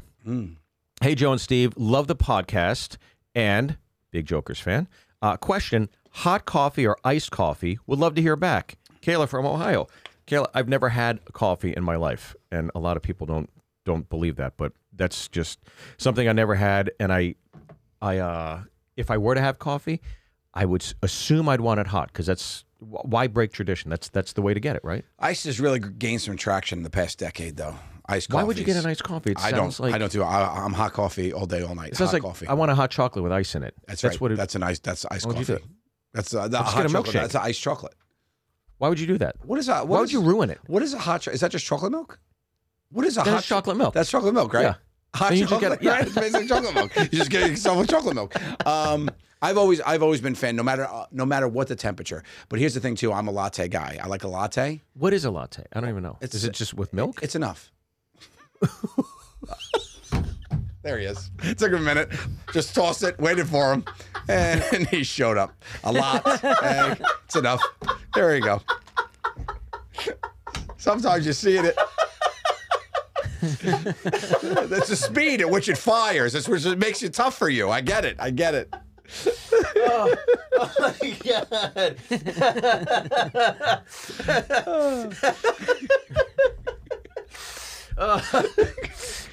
D: Hey, Joe and Steve, love the podcast and big Jokers fan. Uh, question: Hot coffee or iced coffee? Would love to hear back. Kayla from Ohio. Kayla, I've never had coffee in my life, and a lot of people don't don't believe that, but that's just something I never had, and I I uh, if I were to have coffee, I would s- assume I'd want it hot because that's wh- why break tradition. That's that's the way to get it, right?
C: Ice has really g- gained some traction in the past decade, though. Ice.
D: Why would you get
C: coffees.
D: an iced coffee? It
C: I don't.
D: sounds like
C: I don't do. I, I'm hot coffee all day, all night.
D: It sounds
C: hot
D: like
C: coffee.
D: I want a hot chocolate with ice in it.
C: that's, right.
D: What it,
C: that's an ice. That's ice
D: Why would you do
C: coffee. That's uh, the
D: Let's
C: hot
D: get a
C: chocolate.
D: milkshake.
C: That's an iced chocolate.
D: why would you do that?
C: What is that?
D: why would you ruin it?
C: What is a hot? Cho- is that just chocolate milk? What is a
D: That's
C: hot cho-
D: chocolate milk.
C: That's chocolate milk, right?
D: Yeah.
C: Hot
D: And you just
C: chocolate,
D: get- yeah.
C: right? It's basically chocolate milk. You just get yourself a chocolate milk. Um, I've always, I've always been fan, no matter, uh, no matter what the temperature. But here's the thing, too. I'm a latte guy. I like a latte.
D: What is a latte? I don't even know.
C: It's-
D: is it just with milk?
C: It's enough. there he is. Took him a minute. Just tossed it, waited for him, and he showed up. A lot. Hey, it's enough. There you go. Sometimes you see it. That's the speed at which it fires. That's which it makes it tough for you. I get it. I get it.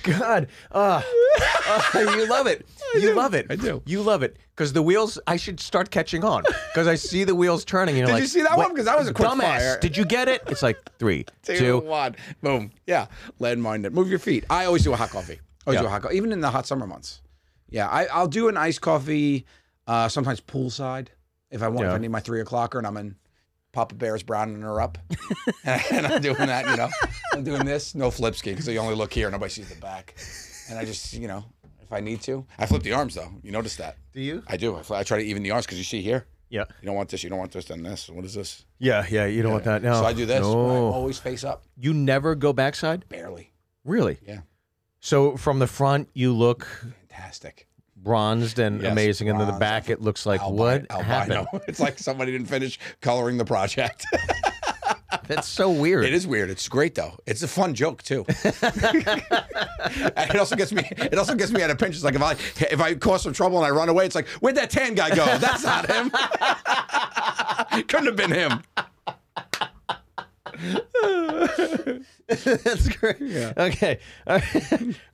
D: God, uh, you love it. You love it.
C: Ah. I do.
D: You love it because the wheels. I should start catching on because I see the wheels turning. And you're
C: Did
D: like,
C: you see that
D: "What-
C: one? 'Cause that was a quick
D: dumbass.
C: fire."
D: Did you get it? It's like three,
C: two,
D: two.
C: one. Boom. Yeah. Landmine it. Move your feet. I always do a hot coffee. Always
D: Yeah.
C: do a hot coffee, even in the hot summer months. Yeah, I, I'll do an iced coffee, uh, sometimes poolside if I want. If
D: Yeah.
C: I need my three o'clocker and I'm in Papa Bear's browning her up, and I'm doing that. You know, I'm doing this. No flip ski because you only look here. Nobody sees the back, and I just you know. If if I need to. I flip the arms though. You notice that?
D: Do you?
C: I do. I, fl- I try to even the arms because you see here.
D: Yeah.
C: You don't want this. You don't want this. Then this. What is this?
D: Yeah, yeah. You don't want that. No.
C: So I do this. but I
D: No.
C: always face up.
D: You never go backside?
C: Barely.
D: Really?
C: Yeah.
D: So from the front, you look
C: Fantastic.
D: bronzed and
C: Yes,
D: amazing, and then the
C: bronzed.
D: back, it looks like
C: Albi-
D: what
C: albino.
D: happened?
C: It's like somebody didn't finish coloring the project.
D: That's so weird.
C: It is weird. It's great though. It's a fun joke too. And it also gets me. It also gets me out of pinch. It's like if I if I cause some trouble and I run away, it's like where'd that tan guy go? That's not him. Couldn't have been him.
D: That's great. Okay.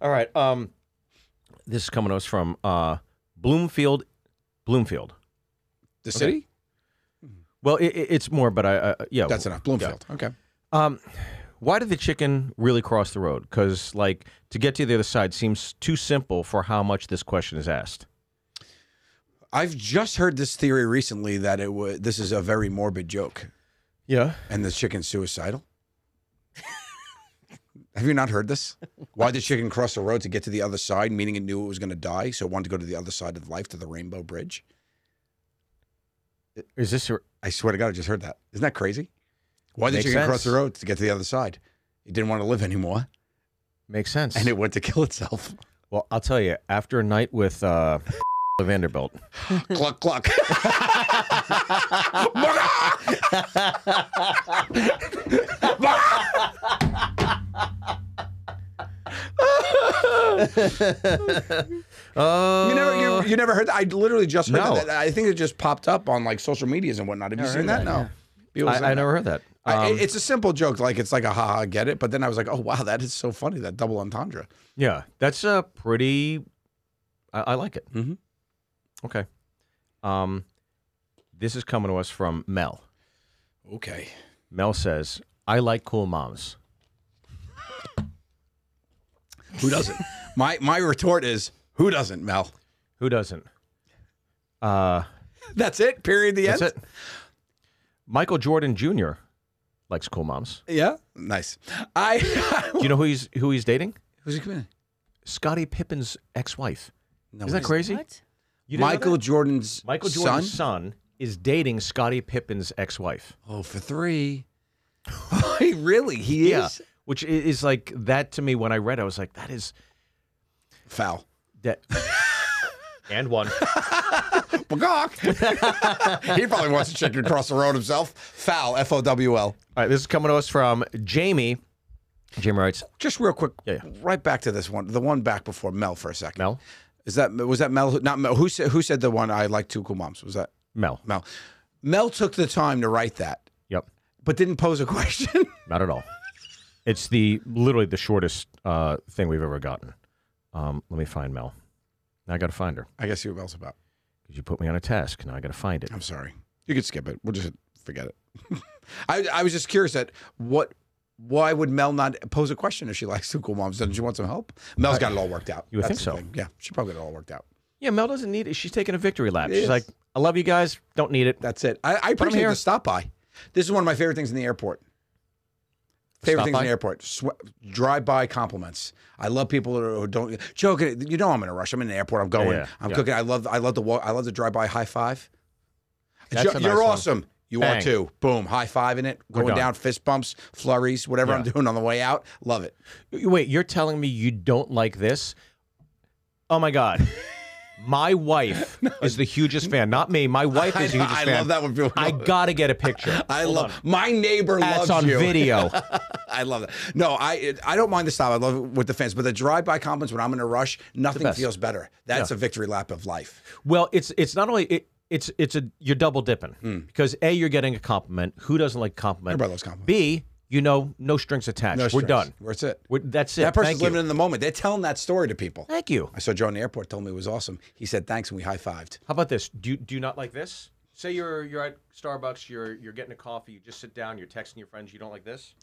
D: All right. Um, this is coming to us from uh, Bloomfield. Bloomfield. Oh,
C: The city.
D: Well, it, it's more, but I uh, yeah.
C: That's enough. Bloomfield. Okay.
D: Um, why did the chicken really cross the road? Because like to get to the other side seems too simple for how much this question is asked.
C: I've just heard this theory recently that it was this is a very morbid joke
D: Yeah.
C: and the chicken's suicidal. Have you not heard this? Why the chicken crossed the road to get to the other side, meaning it knew it was going to die, so it wanted to go to the other side of life to the Rainbow Bridge?
D: Is this? A,
C: I swear to God, I just heard that. Isn't that crazy? Why did
D: Makes
C: you cross the
D: sense.
C: road to get to the other side? It didn't want to live anymore,
D: makes sense.
C: and it went to kill itself.
D: well, I'll tell you. After a night with uh, Vanderbilt,
C: cluck cluck.
D: Uh, oh,
C: You never, you, you never heard. That? I literally just heard
D: No.
C: that. I think it just popped up on like social medias and whatnot. Have you seen that? No. People saying
D: I, I
C: that.
D: never heard that.
C: I-
D: Um,
C: it's a simple joke, like it's like a haha, get it? But then I was like, oh wow, that is so funny, that double entendre.
D: Yeah, that's a pretty. I, I like it.
C: Mhm.
D: Okay. Um, this is coming to us from Mel.
C: Okay,
D: Mel says, "I like cool moms."
C: who doesn't? my my retort is, who doesn't, Mel?
D: Who doesn't? Uh,
C: That's it. Period. The
D: that's
C: end.
D: it. Michael Jordan Jr. likes cool moms.
C: Yeah, nice. I
D: Do you know who he's who he's dating?
C: who's he coming?
D: Scottie Pippen's ex-wife.
C: No,
D: Isn't that crazy?
B: What?
D: You didn't know
C: Michael
D: that?
C: Jordan's
D: Michael
C: son?
D: Jordan's son is dating Scottie Pippen's ex-wife.
C: Oh, for three. He really? He
D: Yeah,
C: is
D: which i- is like that to me. When I read, I was like, "That is
C: foul.
D: that." and one.
C: Bagok. he probably wants to check you across the road himself. Foul. F O W L.
D: All right, this is coming to us from Jamie. Jamie writes,
C: Just real quick,
D: Yeah, yeah.
C: right back to this one, the one back before Mel for a second.
D: Mel,
C: Is that was that Mel? who- Not Mel. Who said who said the one I like two cool moms? Was that
D: Mel.
C: Mel? Mel took the time to write that,
D: Yep,
C: but didn't pose a question.
D: not at all. It's the literally the shortest uh, thing we've ever gotten. Um, let me find Mel. Now I got to find her
C: I guess see what Mel's about.
D: because you put me on a task. Now I got to find it.
C: I'm sorry. You could skip it. We'll just forget it. I I was just curious at what why would Mel not pose a question if she likes two cool moms? Doesn't she want some help? Mel's got it all worked out.
D: You would think
C: the
D: so.
C: thing. Yeah, she probably got it all worked out.
D: Yeah, Mel doesn't need it. She's taking a victory lap.
C: It
D: She's
C: is.
D: like, I love you guys. Don't need it.
C: That's it. I, I appreciate
D: here.
C: the stop by. This is one of my favorite things in the airport. Favorite
D: Stop
C: things
D: by?
C: in the airport. Swe drive by compliments. I love people who don't Joe. can- You know I'm in a rush. I'm in the airport. I'm going.
D: yeah,
C: I'm
D: yeah.
C: cooking. I love. I love the. walk- I love the drive by high five.
D: That's
C: Joe,
D: a nice
C: you're
D: one.
C: awesome. You are
D: Bang.
C: too. Boom. High five in it. Going
D: done.
C: down. Fist bumps. Flurries. Whatever I'm
D: Yeah.
C: doing on the way out. Love it.
D: Wait, you're telling me you don't like this? Oh my God. My wife is the hugest fan. Not me. My wife is the hugest
C: I
D: fan.
C: love that when people.
D: I got to get a picture.
C: I love my neighbor
D: That's
C: loves
D: on
C: you.
D: video.
C: I love that. No, I it, I don't mind the stop. I love it with the fans, but the drive-by compliments when I'm in a rush, nothing
D: best.
C: feels better. That's a victory lap of life.
D: Well, it's it's not only it, it's it's a you're double dipping because a you're getting a compliment. Who doesn't like a compliment?
C: Hmm. Everybody loves compliments.
D: B you know no strings attached.
C: No
D: We're
C: stress.
D: done.
C: That's it.
D: We're, that's it.
C: That person's
D: Thank
C: living
D: you.
C: in the moment. They're telling that story to people.
D: Thank you.
C: I saw Joe in the airport. Told me it was awesome. He said thanks, and we high-fived.
D: How about this? Do you, do you not like this? Say you're you're at Starbucks. You're you're getting a coffee. You just sit down. You're texting your friends. You don't like this.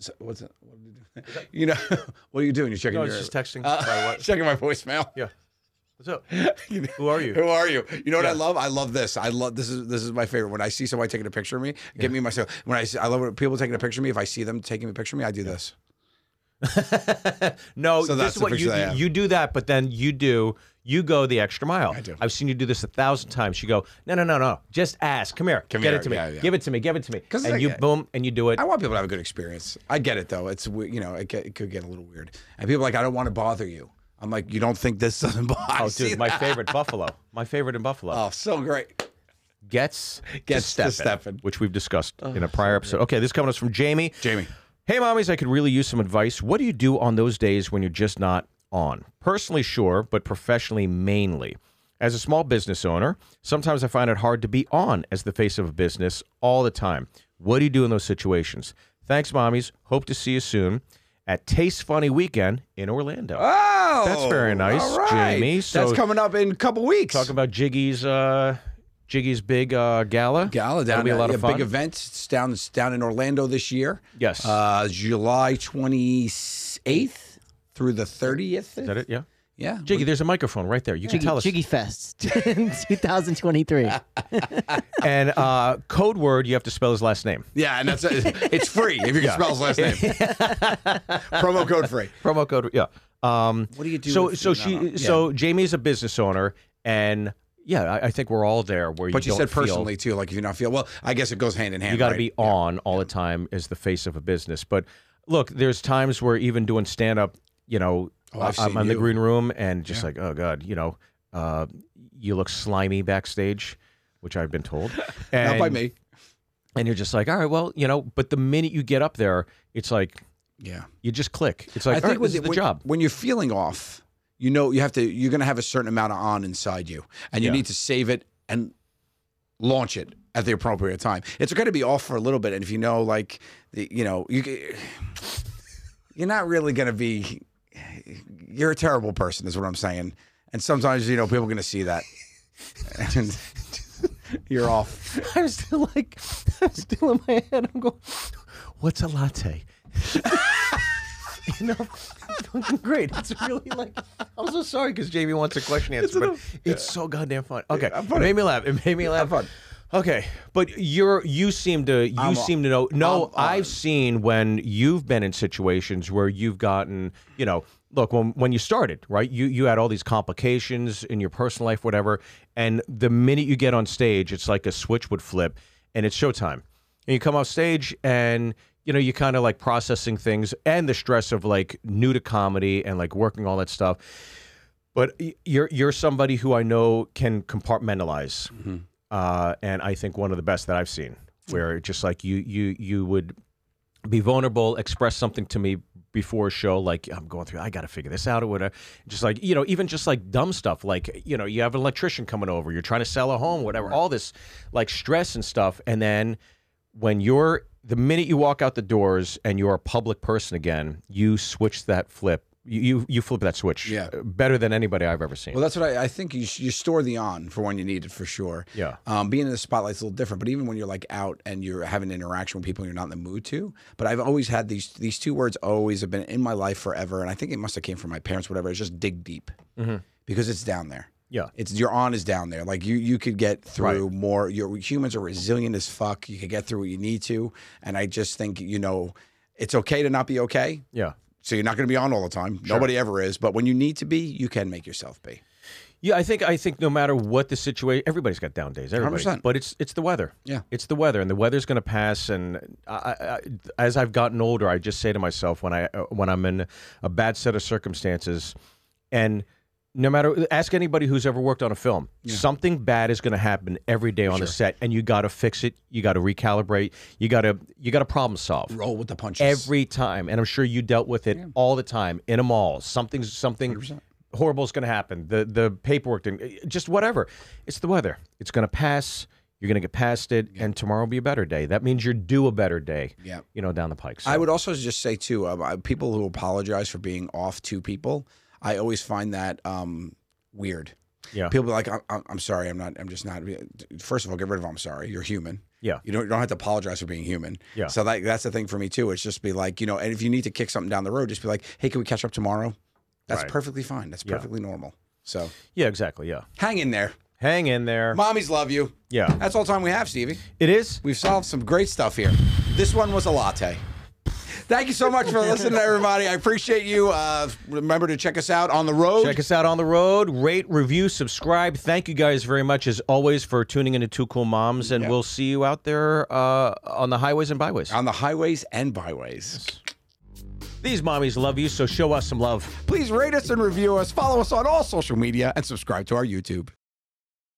C: So, what's it? What did you, do? you know, what are you doing? You're checking
D: No,
C: your
D: it's just texting.
C: Uh,
D: Sorry, what?
C: checking my voicemail.
D: Yeah. What's up? Who are you?
C: Who are you? You know what I
D: Yeah.
C: love? I love this. I love this is this is my favorite. When I see somebody taking a picture of me, give me myself. When I see, I love when people taking a picture of me. If I see them taking a picture of me, I do this.
D: No,
C: So
D: this
C: that's
D: is
C: the
D: what you,
C: picture I have.
D: you do that, but then you do you go the extra mile. I
C: do.
D: I've seen you do this a thousand times. You go, no, no, no, no. Just ask. Come here.
C: Come
D: Get
C: here,
D: it to me.
C: yeah, yeah.
D: Give it to me. Give it to me.
C: 'Cause
D: And
C: like,
D: you
C: uh,
D: boom and you do it.
C: I want people to have a good experience. I get it though. It's we- you know it, get, it could get a little weird, and people are like I don't want to bother you. I'm like you don't think this doesn't bother?
D: oh, dude, my favorite Buffalo. My favorite in Buffalo.
C: oh, so great.
D: gets
C: Gets
D: to
C: to
D: Stefan,
C: Stefan. Oh,
D: which we've discussed in a prior episode. Okay, this coming us from Jamie.
C: Jamie.
D: Hey, mommies, I could really use some advice. What do you do on those days when you're just not on? Personally, sure, but professionally, mainly. As a small business owner, sometimes I find it hard to be on as the face of a business all the time. What do you do in those situations? Thanks, mommies. Hope to see you soon at Taste Funny Weekend in Orlando.
C: Oh,
D: That's very nice,
C: all right.
D: Jamie. So-
C: That's coming up in a couple weeks.
D: Talk about Jiggy's uh, Jiggy's big uh, gala.
C: Gala
D: That'll
C: down
D: be a lot
C: yeah,
D: of fun.
C: big event. It's down it's down in Orlando this year.
D: Yes.
C: uh, July 28th through the 30th.
D: Is that it? Yeah.
C: Yeah,
D: Jiggy, there's a microphone right there. You can
B: Jiggy,
D: tell us.
B: Jiggy Fest 2023.
D: And uh, code word, you have to spell his last name.
C: yeah, and that's it's free if you can spell his last name. Promo code free.
D: Promo code, yeah. Um,
C: What do you do
D: so,
C: if
D: so
C: you're not
D: she,
C: on-
D: so Jamie's a business owner, and yeah, I, I think we're all there. Where
C: But
D: you
C: you
D: don't
C: said
D: feel-
C: personally too, like if you not feel well, I guess it goes hand in hand.
D: you got to
C: right?
D: be on all the time as the face of a business. But look, there's times where even doing stand up, you know,
C: Oh, I've
D: I'm
C: seen
D: in the
C: you.
D: green room and just like, oh god, you know, uh, you look slimy backstage, which I've been told.
C: not by
D: And-
C: me.
D: And you're just like, all right, well, you know, but the minute you get up there, it's like
C: Yeah,
D: you just click. It's like, I
C: when,
D: this is the
C: when-
D: job.
C: when you're feeling off, you know you have to. You're going to have a certain amount of on inside you, and you
D: Yeah.
C: need to save it and launch it at the appropriate time. It's going to be off for a little bit, and if you know, like, the, you know, you c- you're not really going to be. You're a terrible person, is what I'm saying. And sometimes you know people are going to see that, and you're off.
D: I was still like, I'm still in my head. I'm going, what's a latte? you know, it's fucking great. It's really like, I'm so sorry because Jamie wants a question answer, but it's so goddamn fun. Okay, it made me laugh. It made me laugh. Okay, but you're you seem to you
C: on.
D: seem to know. No,
C: I'm on.
D: I've seen when you've been in situations where you've gotten you know. Look, when, when you started, right, you, you had all these complications in your personal life, whatever. And the minute you get on stage, it's like a switch would flip and it's showtime. And you come off stage and, you know, you kind of like processing things and the stress of like new to comedy and like working all that stuff. But y- you're you're somebody who I know can compartmentalize, uh, and I think one of the best that I've seen, where just like you you you would be vulnerable, express something to me before a show, like I'm going through, I got to figure this out or whatever. Just like you know, even just like dumb stuff, like you know, you have an electrician coming over, you're trying to sell a home, whatever, all this like stress and stuff, and then when you're the minute you walk out the doors and you're a public person again, you switch that flip. You you, you flip that switch
C: Yeah.
D: uh, better than anybody I've ever seen.
C: Well, that's what I, I think. You, sh- you store the on for when you need it for sure.
D: Yeah.
C: Um, being in the spotlight's a little different, but even when you're like out and you're having an interaction with people and you're not in the mood to. But I've always had these these two words always have been in my life forever, and I think it must have came from my parents. Whatever, it's just dig deep because it's down there.
D: Yeah.
C: It's your on is down there. Like you you could get through more. Your humans are resilient as fuck. You could get through what you need to, and I just think you know. It's okay to not be okay.
D: yeah.
C: So you're not going to be on all the time. Nobody ever is. But when you need to be, you can make yourself be.
D: Yeah, I think I think no matter what the situation, everybody's got down days. Everybody,
C: 100%.
D: but it's it's the weather.
C: Yeah.
D: it's the weather, and the weather's going to pass. And I, I, I- as I've gotten older, I just say to myself when I uh, when I'm in a bad set of circumstances, and no matter ask anybody who's ever worked on a film, something bad is going to happen every day on the set, and you got to fix it. You got to recalibrate. You got to you got to problem solve
C: Roll with the punches.
D: every time and i'm sure you dealt with it all the time in a mall something's something horrible's going to happen the the paperwork didn't, eh, just whatever it's the weather it's going to pass you're going to get past it and tomorrow will be a better day that means you're due a better day
C: Yeah.
D: you know down the pike so
C: I would also just say too, um, I- people who apologize for being off to people, I always find that um, weird.
D: Yeah.
C: People are like, I'm, I'm I'm sorry, I'm not, I'm just not. First of all, get rid of I'm sorry. You're human.
D: Yeah.
C: You don't, you don't have to apologize for being human.
D: Yeah.
C: So that, that's the thing for me too. It's just be like, you know, and if you need to kick something down the road, just be like, hey, can we catch up tomorrow? That's
D: Right.
C: perfectly fine. That's perfectly normal. So
D: yeah exactly yeah
C: hang in there.
D: hang in there
C: Mommies love you.
D: yeah
C: That's all the time we have, Stevie.
D: it is
C: We've solved some great stuff here. This one was a latte. Thank you so much for listening, everybody. I appreciate you. Uh, remember to check us out on the road.
D: Check us out on the road. Rate, review, subscribe. Thank you guys very much, as always, for tuning into Two Cool Moms, and we'll see you out there uh, on the highways and byways.
C: on the highways and byways.
D: These mommies love you, so show us some love.
C: Please rate us and review us. Follow us on all social media and subscribe to our YouTube.